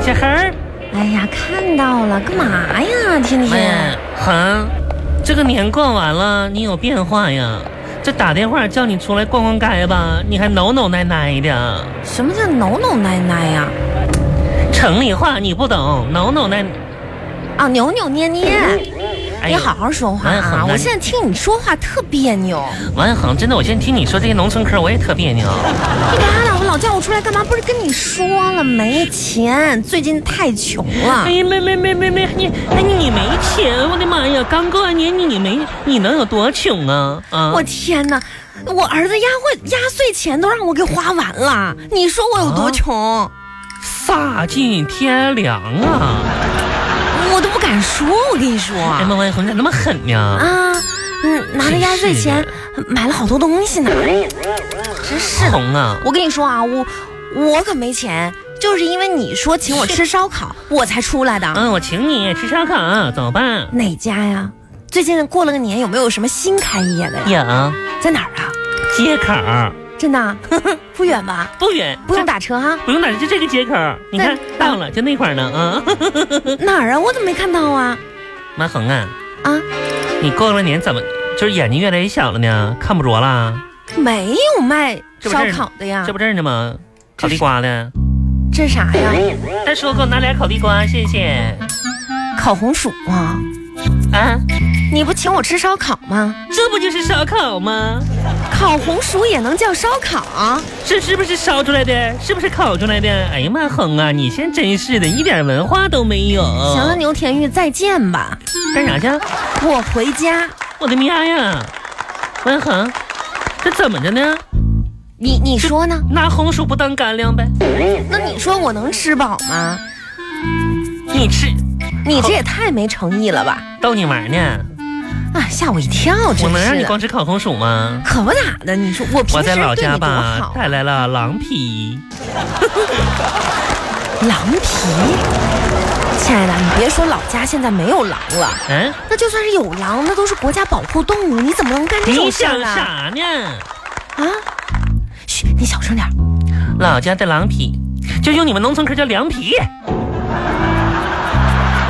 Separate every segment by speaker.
Speaker 1: 小猴儿，
Speaker 2: 哎呀，看到了，干嘛呀，天
Speaker 1: 妈
Speaker 2: 天
Speaker 1: 呀？，哈，这个年过完了，你有变化呀？这打电话叫你出来逛逛街吧，你还扭扭奶奶的。
Speaker 2: 什么叫扭扭奶奶呀？
Speaker 1: 城里话你不懂，扭扭奶。
Speaker 2: 啊，扭扭捏捏，
Speaker 1: 哎
Speaker 2: 你
Speaker 1: 呀
Speaker 2: 好，好说话
Speaker 1: 哎好
Speaker 2: 啊！
Speaker 1: 难
Speaker 2: 我现在听你说话特别扭，
Speaker 1: 王一恒，真的，我现在听你说这些农村嗑，我也特别扭。
Speaker 2: 你嘎了，我老叫我出来干嘛？不是跟你说了没钱，最近太穷了
Speaker 1: 哎。呀，没没没没没，你哎你你没钱，我的妈呀！刚过完年你你没你能有多穷啊啊！
Speaker 2: 我天哪！我儿子压岁压岁钱都让我给花完了，你说我有多穷？
Speaker 1: 啊丧尽天良啊！
Speaker 2: 我都不敢说，我跟你说
Speaker 1: 哎妈，王一恒你咋那么狠呢？
Speaker 2: 啊，嗯，拿着压岁钱买了好多东西呢，真是的。
Speaker 1: 红啊！
Speaker 2: 我跟你说啊，我我可没钱，就是因为你说请我吃烧烤，我才出来的。
Speaker 1: 嗯，我请你吃烧烤，啊走吧。
Speaker 2: 哪家呀？最近过了个年，有没有什么新开业的呀？
Speaker 1: 有
Speaker 2: 在哪儿啊？
Speaker 1: 街口
Speaker 2: 真的啊？ 不远吧？
Speaker 1: 不远，
Speaker 2: 不用打车哈、
Speaker 1: 不用打，就这个街口，你看
Speaker 2: 那
Speaker 1: 到了，就那块儿呢啊！
Speaker 2: 哪儿啊？我怎么没看到啊？
Speaker 1: 妈恒啊，
Speaker 2: 啊，
Speaker 1: 你过了年怎么就是眼睛越来越小了呢？看不着啦？
Speaker 2: 没有卖
Speaker 1: 这不
Speaker 2: 烧
Speaker 1: 这儿
Speaker 2: 烤的呀
Speaker 1: 这？不这儿呢吗？烤地瓜呢？
Speaker 2: 这是啥呀？
Speaker 1: 大叔给我拿俩烤地瓜，谢谢。
Speaker 2: 烤红薯啊？
Speaker 1: 啊，
Speaker 2: 你不请我吃烧烤吗？
Speaker 1: 这不就是烧烤吗？
Speaker 2: 烤红薯也能叫烧烤？啊
Speaker 1: 这是不是烧出来的？是不是烤出来的？哎呀妈，恒啊，你现在真是的，一点文化都没有。
Speaker 2: 行了，，牛田玉，再见吧，
Speaker 1: 干啥去？
Speaker 2: 我回家。
Speaker 1: 我的妈呀！文恒，这怎么着呢？
Speaker 2: 你你说呢？
Speaker 1: 拿红薯不当干粮呗？
Speaker 2: 那你说我能吃饱吗？
Speaker 1: 你吃，
Speaker 2: 你这也太没诚意了吧！
Speaker 1: 逗你玩呢？
Speaker 2: 啊，吓我一跳，
Speaker 1: 我
Speaker 2: 真
Speaker 1: 能让
Speaker 2: 是
Speaker 1: 你
Speaker 2: 的。
Speaker 1: 光吃烤红薯吗？
Speaker 2: 可不咋的，你说我平
Speaker 1: 我
Speaker 2: 时对
Speaker 1: 在
Speaker 2: 你
Speaker 1: 老家
Speaker 2: 多
Speaker 1: 吧
Speaker 2: 好，啊
Speaker 1: 带来了狼皮。
Speaker 2: 狼皮。亲爱的，你别说老家现在没有狼了，
Speaker 1: 嗯，
Speaker 2: 那就算是有狼，那都是国家保护动物，你怎么能干这
Speaker 1: 你
Speaker 2: 种事
Speaker 1: 想
Speaker 2: 儿啊？
Speaker 1: 啥呢？
Speaker 2: 啊！嘘，你小声点儿。
Speaker 1: 老家的狼皮，就用你们农村嗑叫凉皮。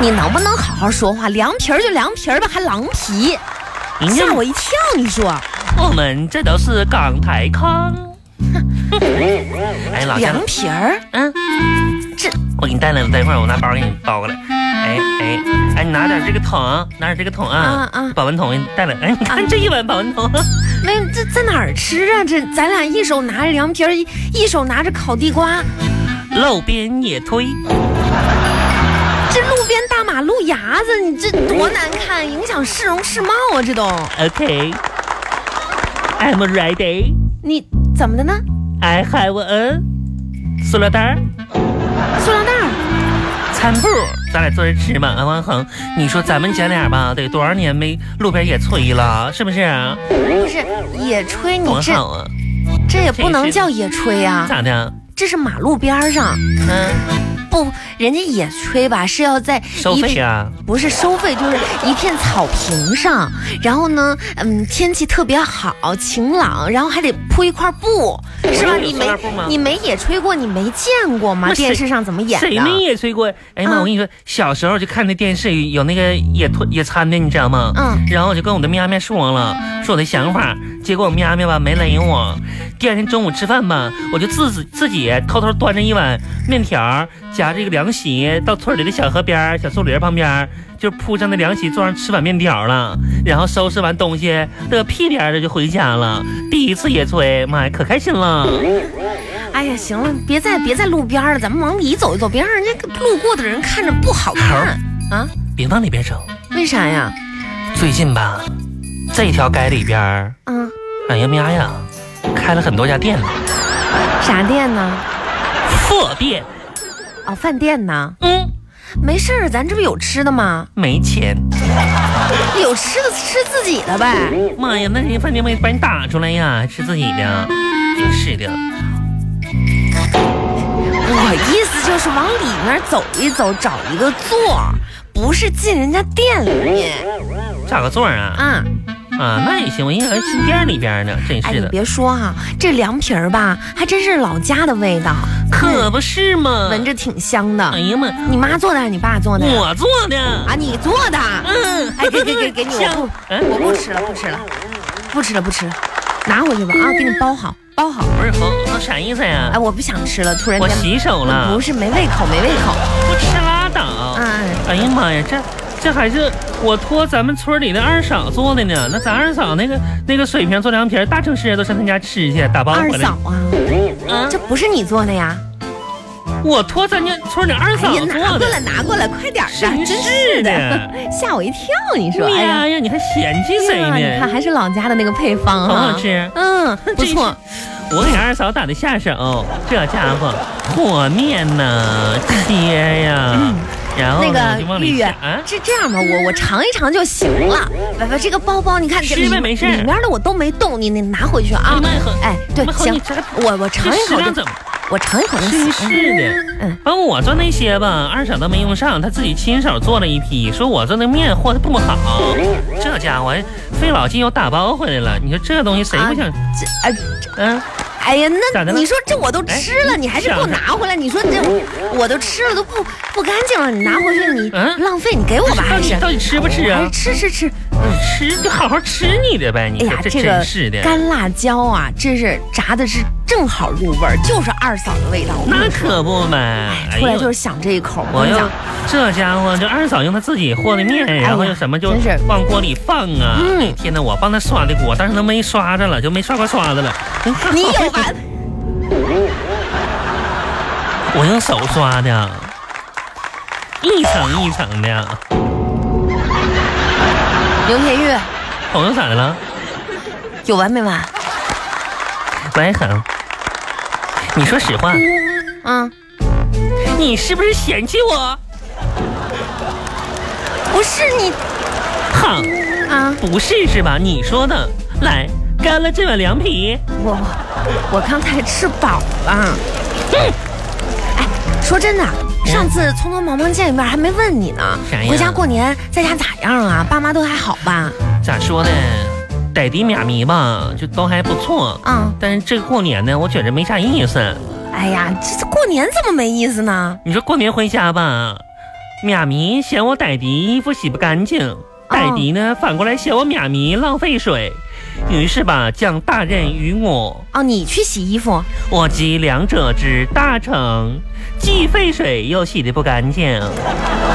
Speaker 2: 你能不能好好说话？凉皮儿就凉皮儿吧，还狼皮，
Speaker 1: 人家
Speaker 2: 吓我一跳！你说，
Speaker 1: 我们这都是港台腔。 哎，老家
Speaker 2: 凉，皮儿，
Speaker 1: 嗯，
Speaker 2: 这
Speaker 1: 我给你带来了，等一会儿我拿包给你包过来。哎哎哎，你拿点这个桶，拿点这个桶啊，
Speaker 2: 啊啊
Speaker 1: 保温桶给你带来。哎，你看这一碗保温桶，
Speaker 2: 那这在哪儿吃啊？这咱俩一手拿着凉皮儿，一一手拿着烤地瓜，
Speaker 1: 路边野炊，
Speaker 2: 这路边大马路牙子，你这多难看，影响市容市貌啊！这都，
Speaker 1: OK。I'm ready.
Speaker 2: 你怎么的呢？
Speaker 1: I have a 塑料袋儿、
Speaker 2: 塑料袋儿，
Speaker 1: 餐布，咱俩坐着吃嘛。安啊王恒，你说咱们姐俩吧，得多少年没路边野炊了，是不是、啊？
Speaker 2: 不是野炊，你
Speaker 1: 多
Speaker 2: 这
Speaker 1: 好啊！
Speaker 2: 这也不
Speaker 1: 这
Speaker 2: 能
Speaker 1: 这
Speaker 2: 叫野炊啊，
Speaker 1: 咋的？
Speaker 2: 这是马路边儿上，
Speaker 1: 嗯，
Speaker 2: 不，人家野炊吧是要在
Speaker 1: 收
Speaker 2: 一
Speaker 1: 费啊？
Speaker 2: 不是收费，就是一片草坪上，然后呢，嗯，天气特别好，晴朗，然后还得铺一块布，是
Speaker 1: 有
Speaker 2: 吧？你
Speaker 1: 塑
Speaker 2: 没
Speaker 1: 料布吗
Speaker 2: 你没野炊过，你没见过吗？
Speaker 1: 那谁
Speaker 2: 电视上怎么演
Speaker 1: 谁没
Speaker 2: 的？
Speaker 1: 野炊过？哎呀
Speaker 2: 嗯
Speaker 1: 妈！我跟你说，小时候就看那电视有那个野兔野餐的，你知道吗？
Speaker 2: 嗯。
Speaker 1: 然后我就跟我的喵喵说了，说我的想法，结果我喵喵吧没理我。第二天中午吃饭吧，我就自己自己偷偷端着一碗面条，夹着一个凉席，到村里的小河边儿、小树林旁边儿，就铺上那凉席，坐上吃碗面条了。然后收拾完东西，乐屁颠儿的就回家了。第一次野炊，妈呀，可开心 了。
Speaker 2: 哎呀，行了，别
Speaker 1: 嗯
Speaker 2: 再别在路边了，咱们往里走一走，别让人家路过的人看着不好看啊！
Speaker 1: 别往里边走。
Speaker 2: 为啥呀？
Speaker 1: 最近吧，这条街里边儿，
Speaker 2: 嗯，
Speaker 1: 哎呀妈呀，开了很多家店了，
Speaker 2: 啥店呢？
Speaker 1: 破店。
Speaker 2: 哦，饭店呢？
Speaker 1: 嗯，
Speaker 2: 没事儿，咱这不有吃的吗？
Speaker 1: 没钱。
Speaker 2: 有吃的吃自己的呗。
Speaker 1: 妈呀，那人家饭店没把你打出来呀，还吃自己的，真是的。
Speaker 2: 我意思就是往里面走一走，找一个座儿，不是进人家店里
Speaker 1: 找个座儿啊，
Speaker 2: 啊。
Speaker 1: 啊，那也行，我应该新店里边呢，真
Speaker 2: 哎，
Speaker 1: 是
Speaker 2: 你
Speaker 1: 的，
Speaker 2: 别说哈、这凉皮儿吧，还真是老家的味道，嗯
Speaker 1: 可不是嘛，
Speaker 2: 闻，着挺香的。
Speaker 1: 哎呀妈，
Speaker 2: 你妈做的还是你爸做的呀？
Speaker 1: 我做的，
Speaker 2: 啊，你做的？
Speaker 1: 嗯，
Speaker 2: 哎，给给给给你，我
Speaker 1: 香
Speaker 2: 不，
Speaker 1: 嗯，
Speaker 2: 我不吃了，不吃了，不吃了，不吃了，拿回去
Speaker 1: 嗯
Speaker 2: 吧啊，给你包好，包好。
Speaker 1: 不是我我啥意思呀
Speaker 2: 哎，？我不想吃了，突然
Speaker 1: 我
Speaker 2: 间
Speaker 1: 洗手了，
Speaker 2: 不
Speaker 1: 不
Speaker 2: 是没胃口，没胃口。
Speaker 1: 吃拉倒。
Speaker 2: 嗯，
Speaker 1: 哎呀妈呀，这这还是我托咱们村里的二嫂做的呢。那咱二嫂那个那个水平做凉皮儿，大城市人都上她家吃去，打包
Speaker 2: 二
Speaker 1: 回来
Speaker 2: 嫂。啊，
Speaker 1: 嗯，
Speaker 2: 这不是你做的呀？
Speaker 1: 我托咱家村里二
Speaker 2: 哎
Speaker 1: 嫂
Speaker 2: 呀，拿
Speaker 1: 做
Speaker 2: 过
Speaker 1: 的。
Speaker 2: 来，拿过来，快点儿啊！
Speaker 1: 真
Speaker 2: 真
Speaker 1: 是
Speaker 2: 是
Speaker 1: 的
Speaker 2: 的， 吓我一跳，你说？哎呀
Speaker 1: 呀，呀，你还嫌弃谁
Speaker 2: 对啊你看
Speaker 1: 呢？
Speaker 2: 还是老家的那个配方
Speaker 1: 好
Speaker 2: 哈，
Speaker 1: 好吃哦
Speaker 2: 嗯，不错。
Speaker 1: 我给二嫂打的下手，这家伙和面呐，切呀，然后
Speaker 2: 嗯那
Speaker 1: 呢
Speaker 2: 个
Speaker 1: 就往
Speaker 2: 玉
Speaker 1: 里
Speaker 2: 玉
Speaker 1: 下啊，。
Speaker 2: 这这样吧，我我尝一尝就行了。不不，这个包包你看，这
Speaker 1: 吃呗
Speaker 2: 里
Speaker 1: 没事儿
Speaker 2: 里面的我都没动，你你拿回去啊
Speaker 1: 慢慢喝。
Speaker 2: 哎，对
Speaker 1: 慢，慢喝你
Speaker 2: 行
Speaker 1: 这，
Speaker 2: 我我尝一
Speaker 1: 这食
Speaker 2: 口
Speaker 1: 量
Speaker 2: 就
Speaker 1: 怎，么？
Speaker 2: 我尝一口就
Speaker 1: 真
Speaker 2: 行。
Speaker 1: 是的，
Speaker 2: 嗯
Speaker 1: 帮我做那些吧，二嫂都没用上，她自己亲手做了一批，说我做那面和的不好，这家伙费老劲又打包回来了，你说这东西谁不想？
Speaker 2: 这哎
Speaker 1: 嗯，
Speaker 2: 哎呀，
Speaker 1: 咋
Speaker 2: 那
Speaker 1: 的了
Speaker 2: 你说这我都吃了，
Speaker 1: 哎
Speaker 2: 你还是给我
Speaker 1: 想
Speaker 2: 拿回来？你说这我都吃了都不不干净了，你拿回去你
Speaker 1: 嗯
Speaker 2: 浪费，你给我吧
Speaker 1: 到
Speaker 2: 还
Speaker 1: 底
Speaker 2: 是？
Speaker 1: 到底吃不吃
Speaker 2: 还
Speaker 1: 啊
Speaker 2: 是？吃吃吃，
Speaker 1: 吃就好好吃你的呗，你
Speaker 2: 哎
Speaker 1: 说
Speaker 2: 呀，
Speaker 1: 这
Speaker 2: 这
Speaker 1: 真
Speaker 2: 个
Speaker 1: 是的，
Speaker 2: 干辣椒啊，真是炸的是正好入味儿，就是二嫂的味道。我跟
Speaker 1: 那
Speaker 2: 你说
Speaker 1: 可不嘛，
Speaker 2: 出来
Speaker 1: 哎呦
Speaker 2: 就是啊想这一口，我
Speaker 1: 我
Speaker 2: 跟你
Speaker 1: 要
Speaker 2: 讲，
Speaker 1: 这家伙，这二嫂用她自己和的面，然后又什么就
Speaker 2: 哎真是
Speaker 1: 往锅里放啊！
Speaker 2: 嗯
Speaker 1: 天哪，我帮她刷的锅，但是她没刷着了，就没刷过刷子了。
Speaker 2: 你有完？
Speaker 1: 我用手刷的，一层一层的。
Speaker 2: 刘天玉
Speaker 1: 朋友咋的了？
Speaker 2: 有完没完？
Speaker 1: 白恒，你说实话，
Speaker 2: 嗯，
Speaker 1: 你是不是嫌弃我
Speaker 2: 不是你
Speaker 1: 胖？
Speaker 2: 啊，
Speaker 1: 不是是吧？你说的，来干了这碗凉皮。
Speaker 2: 我我我刚才吃饱了。
Speaker 1: 嗯
Speaker 2: 哎，说真的，上次匆匆忙忙见一面还没问你呢
Speaker 1: 啥，呀
Speaker 2: 回家过年在家咋样啊？爸妈都还好吧？
Speaker 1: 咋说呢？逮地俩迷吧，就都还不错。
Speaker 2: 嗯，
Speaker 1: 但是这过年呢，我觉着没啥意思。
Speaker 2: 哎呀，这这过年怎么没意思呢？
Speaker 1: 你说过年回家吧，妈咪嫌我傣迪衣服洗不干净，傣迪呢反过来嫌我妈咪浪费水，于是吧将大任于我，
Speaker 2: 哦，你去洗衣服，
Speaker 1: 我集两者之大成，既费水又洗的不干净。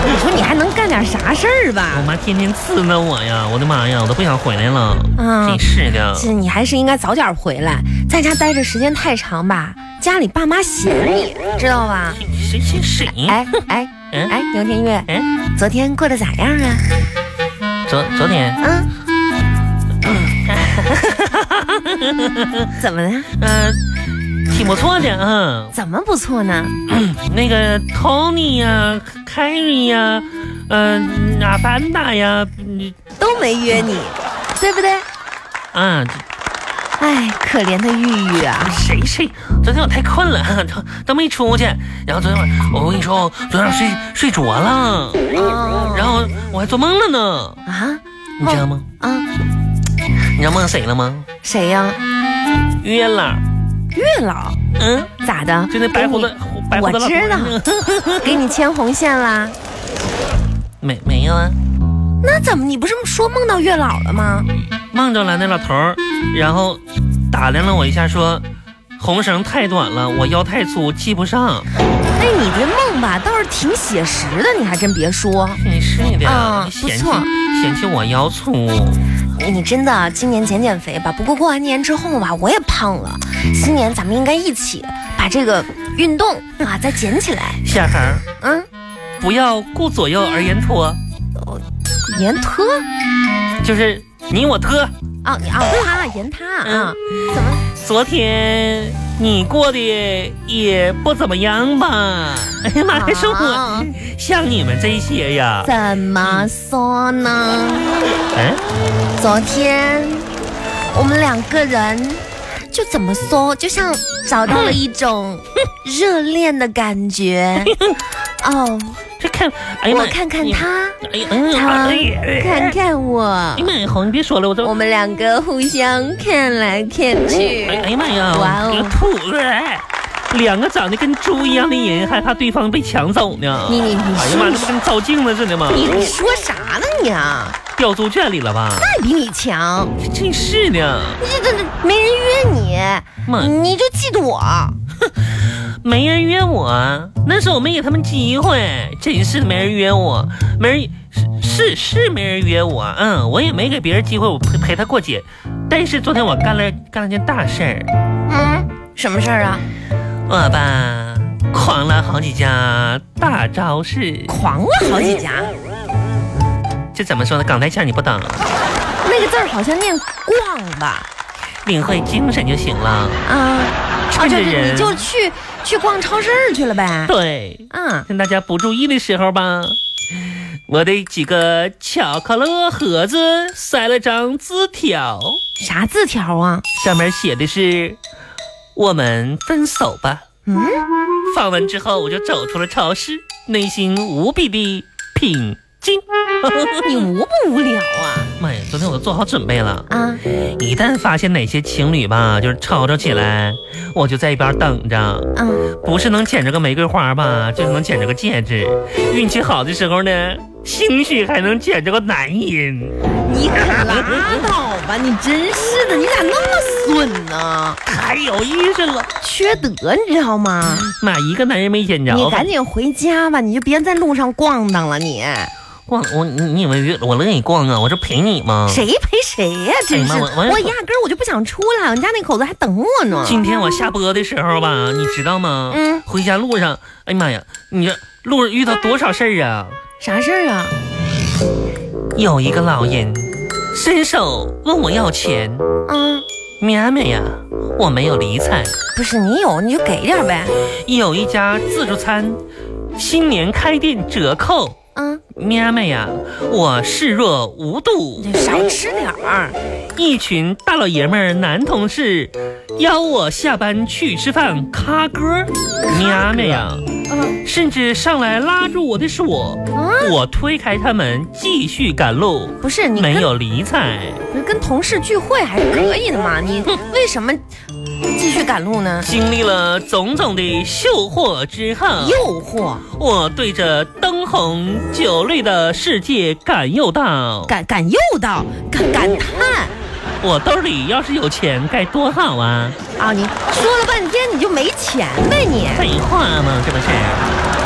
Speaker 2: 你说你还能干点啥事儿
Speaker 1: 我
Speaker 2: 吧？
Speaker 1: 妈天天刺挠我呀，我的妈呀，我都不想回来了。
Speaker 2: 嗯
Speaker 1: 真是的，
Speaker 2: 这你还是应该早点回来，在家待着时间太长吧，家里爸妈嫌你，知道吧？
Speaker 1: 谁谁谁？
Speaker 2: 哎哎
Speaker 1: 嗯
Speaker 2: 哎，牛天月，
Speaker 1: 嗯，
Speaker 2: 昨天过得咋样啊？
Speaker 1: 昨昨天，
Speaker 2: 嗯， 怎么了？
Speaker 1: 嗯、挺不错的，嗯。
Speaker 2: 怎么不错呢？
Speaker 1: 那个 Tony 呀、凯 Carrie 呀、嗯、阿凡达呀，嗯
Speaker 2: 都没约你，对不对？
Speaker 1: 啊，
Speaker 2: 哎，可怜的玉玉啊！
Speaker 1: 谁谁，昨天我太困了， 都都没出去。然后昨天晚上，我跟你说，昨天晚上睡睡着了，
Speaker 2: 哦
Speaker 1: 然后我还做梦了呢，
Speaker 2: 啊
Speaker 1: 你知道吗？
Speaker 2: 啊，
Speaker 1: 你知道梦到谁了吗？
Speaker 2: 谁呀、
Speaker 1: 月老，
Speaker 2: 月老
Speaker 1: 嗯，
Speaker 2: 咋的？
Speaker 1: 就那白胡子
Speaker 2: 给，
Speaker 1: 白胡子老
Speaker 2: 哦我知道
Speaker 1: 头
Speaker 2: 你，给你牵红线啦？
Speaker 1: 没没有啊，
Speaker 2: 那怎么？你不是说梦到月老了吗？
Speaker 1: 梦着了那老头儿，然后打量了我一下，说红绳太短了，我腰太粗，系不上。
Speaker 2: 哎，你这梦吧倒是挺写实的，你还真别说，
Speaker 1: 你是的，
Speaker 2: 啊
Speaker 1: 你嫌
Speaker 2: 不
Speaker 1: 弃
Speaker 2: 错
Speaker 1: 嫌弃我腰粗，
Speaker 2: 哎你真的今年减减肥吧。不过过完年之后吧，我也胖了，新年咱们应该一起把这个运动啊再捡起来。
Speaker 1: 下行
Speaker 2: 嗯，
Speaker 1: 不要顾左右而言他，
Speaker 2: 盐特
Speaker 1: 就是你我他。
Speaker 2: 啊你啊他盐他啊，怎么？
Speaker 1: 昨天你过得也不怎么样吧？哎呀妈，还是
Speaker 2: 啊
Speaker 1: 我像你们这些呀？
Speaker 2: 怎么说呢？
Speaker 1: 嗯，
Speaker 2: 昨天我们两个人就怎么说，就像 找到了一种热恋的感觉。哦，
Speaker 1: 这看，哎呀妈
Speaker 2: 我
Speaker 1: 呀，
Speaker 2: 看看他，
Speaker 1: 哎呀，哎呀，
Speaker 2: 他
Speaker 1: 哎呀，哎呀
Speaker 2: 看看我
Speaker 1: 哎呀，妈呀，好，你别说了，我 这
Speaker 2: 我，们两个互相看来看去
Speaker 1: 哎。哎呀妈呀，
Speaker 2: 哇哦
Speaker 1: 我吐出来，两个长得跟猪一样的人，还怕对方被抢走呢？
Speaker 2: 你你你
Speaker 1: 哎呀妈，这不跟照镜子似的吗？
Speaker 2: 你你说啥呢你啊？
Speaker 1: 掉猪圈里了吧？
Speaker 2: 那比你强，
Speaker 1: 真是的，
Speaker 2: 你这这这没人约你，
Speaker 1: 妈，
Speaker 2: 你就嫉妒我。
Speaker 1: 没人约我，那是我没给他们机会，真是的没人约我，没人是是是没人约我，嗯，我也没给别人机会，我陪陪他过节。但是昨天我干了干了件大事儿，
Speaker 2: 嗯，什么事儿啊？
Speaker 1: 我吧狂了好几家大超市，
Speaker 2: 狂了好几家，
Speaker 1: 这怎么说呢？港台腔你不懂，
Speaker 2: 那个字儿好像念逛吧？
Speaker 1: 领会精神就行了。
Speaker 2: 啊，啊，
Speaker 1: 趁着
Speaker 2: 对对，
Speaker 1: 人
Speaker 2: 你就去去逛超市儿去了呗？
Speaker 1: 对，
Speaker 2: 啊，
Speaker 1: 趁大家不注意的时候吧，我的几个巧克力盒子塞了张字条。
Speaker 2: 啥字条啊？
Speaker 1: 上面写的是“我们分手吧”。
Speaker 2: 嗯，
Speaker 1: 放完之后我就走出了超市，内心无比的平静。哎
Speaker 2: 你无不无聊啊？
Speaker 1: 妈呀，昨天我都做好准备了，
Speaker 2: 啊，
Speaker 1: 一旦发现哪些情侣吧，就是吵吵起来，我就在一边等着，
Speaker 2: 嗯，
Speaker 1: 不是能捡着个玫瑰花吧，就是能捡着个戒指。运气好的时候呢，兴许还能捡着个男人。
Speaker 2: 你可拉倒吧，你真是的，你咋那么损呢？
Speaker 1: 太有意思了，
Speaker 2: 缺德，你知道吗？
Speaker 1: 妈，一个男人没捡着。
Speaker 2: 你赶紧回家吧，你就别在路上逛荡了你。
Speaker 1: 嗯逛我你你以为我乐意逛啊？我这陪你吗？
Speaker 2: 谁陪谁呀、真是
Speaker 1: 哎
Speaker 2: 的，
Speaker 1: 妈我我
Speaker 2: 我压根儿我就不想出来，我们家那口子还等我呢。
Speaker 1: 今天我下播的时候吧，你知道吗？
Speaker 2: 嗯
Speaker 1: 回家路上，哎呀妈呀，你这路上遇到多少事儿啊？
Speaker 2: 啥事儿啊？
Speaker 1: 有一个老人伸手问我要钱，嗯
Speaker 2: 啊，
Speaker 1: 喵喵呀，我没有理睬。
Speaker 2: 不是你有你就给点儿呗。
Speaker 1: 有一家自助餐新年开店折扣，
Speaker 2: 啊，
Speaker 1: 喵喵呀，我视若无睹。
Speaker 2: 你少吃点儿。
Speaker 1: 一群大老爷们儿男同事邀我下班去吃饭，咖歌儿，喵喵呀。
Speaker 2: 嗯
Speaker 1: 甚至上来拉住我的手，
Speaker 2: 啊，
Speaker 1: 我推开他们继续赶路，
Speaker 2: 不是你
Speaker 1: 没
Speaker 2: 跟
Speaker 1: 有理睬。
Speaker 2: 跟同事聚会还是可以的嘛，你为什么继续赶路呢？
Speaker 1: 经历了种种的诱惑之后，
Speaker 2: 诱惑，
Speaker 1: 我对着灯红酒绿的世界感忧道：
Speaker 2: 感感诱导，感感叹
Speaker 1: 我兜里要是有钱该多好啊！
Speaker 2: 啊！你说了半天你就没钱呗你？
Speaker 1: 废话嘛，这不是？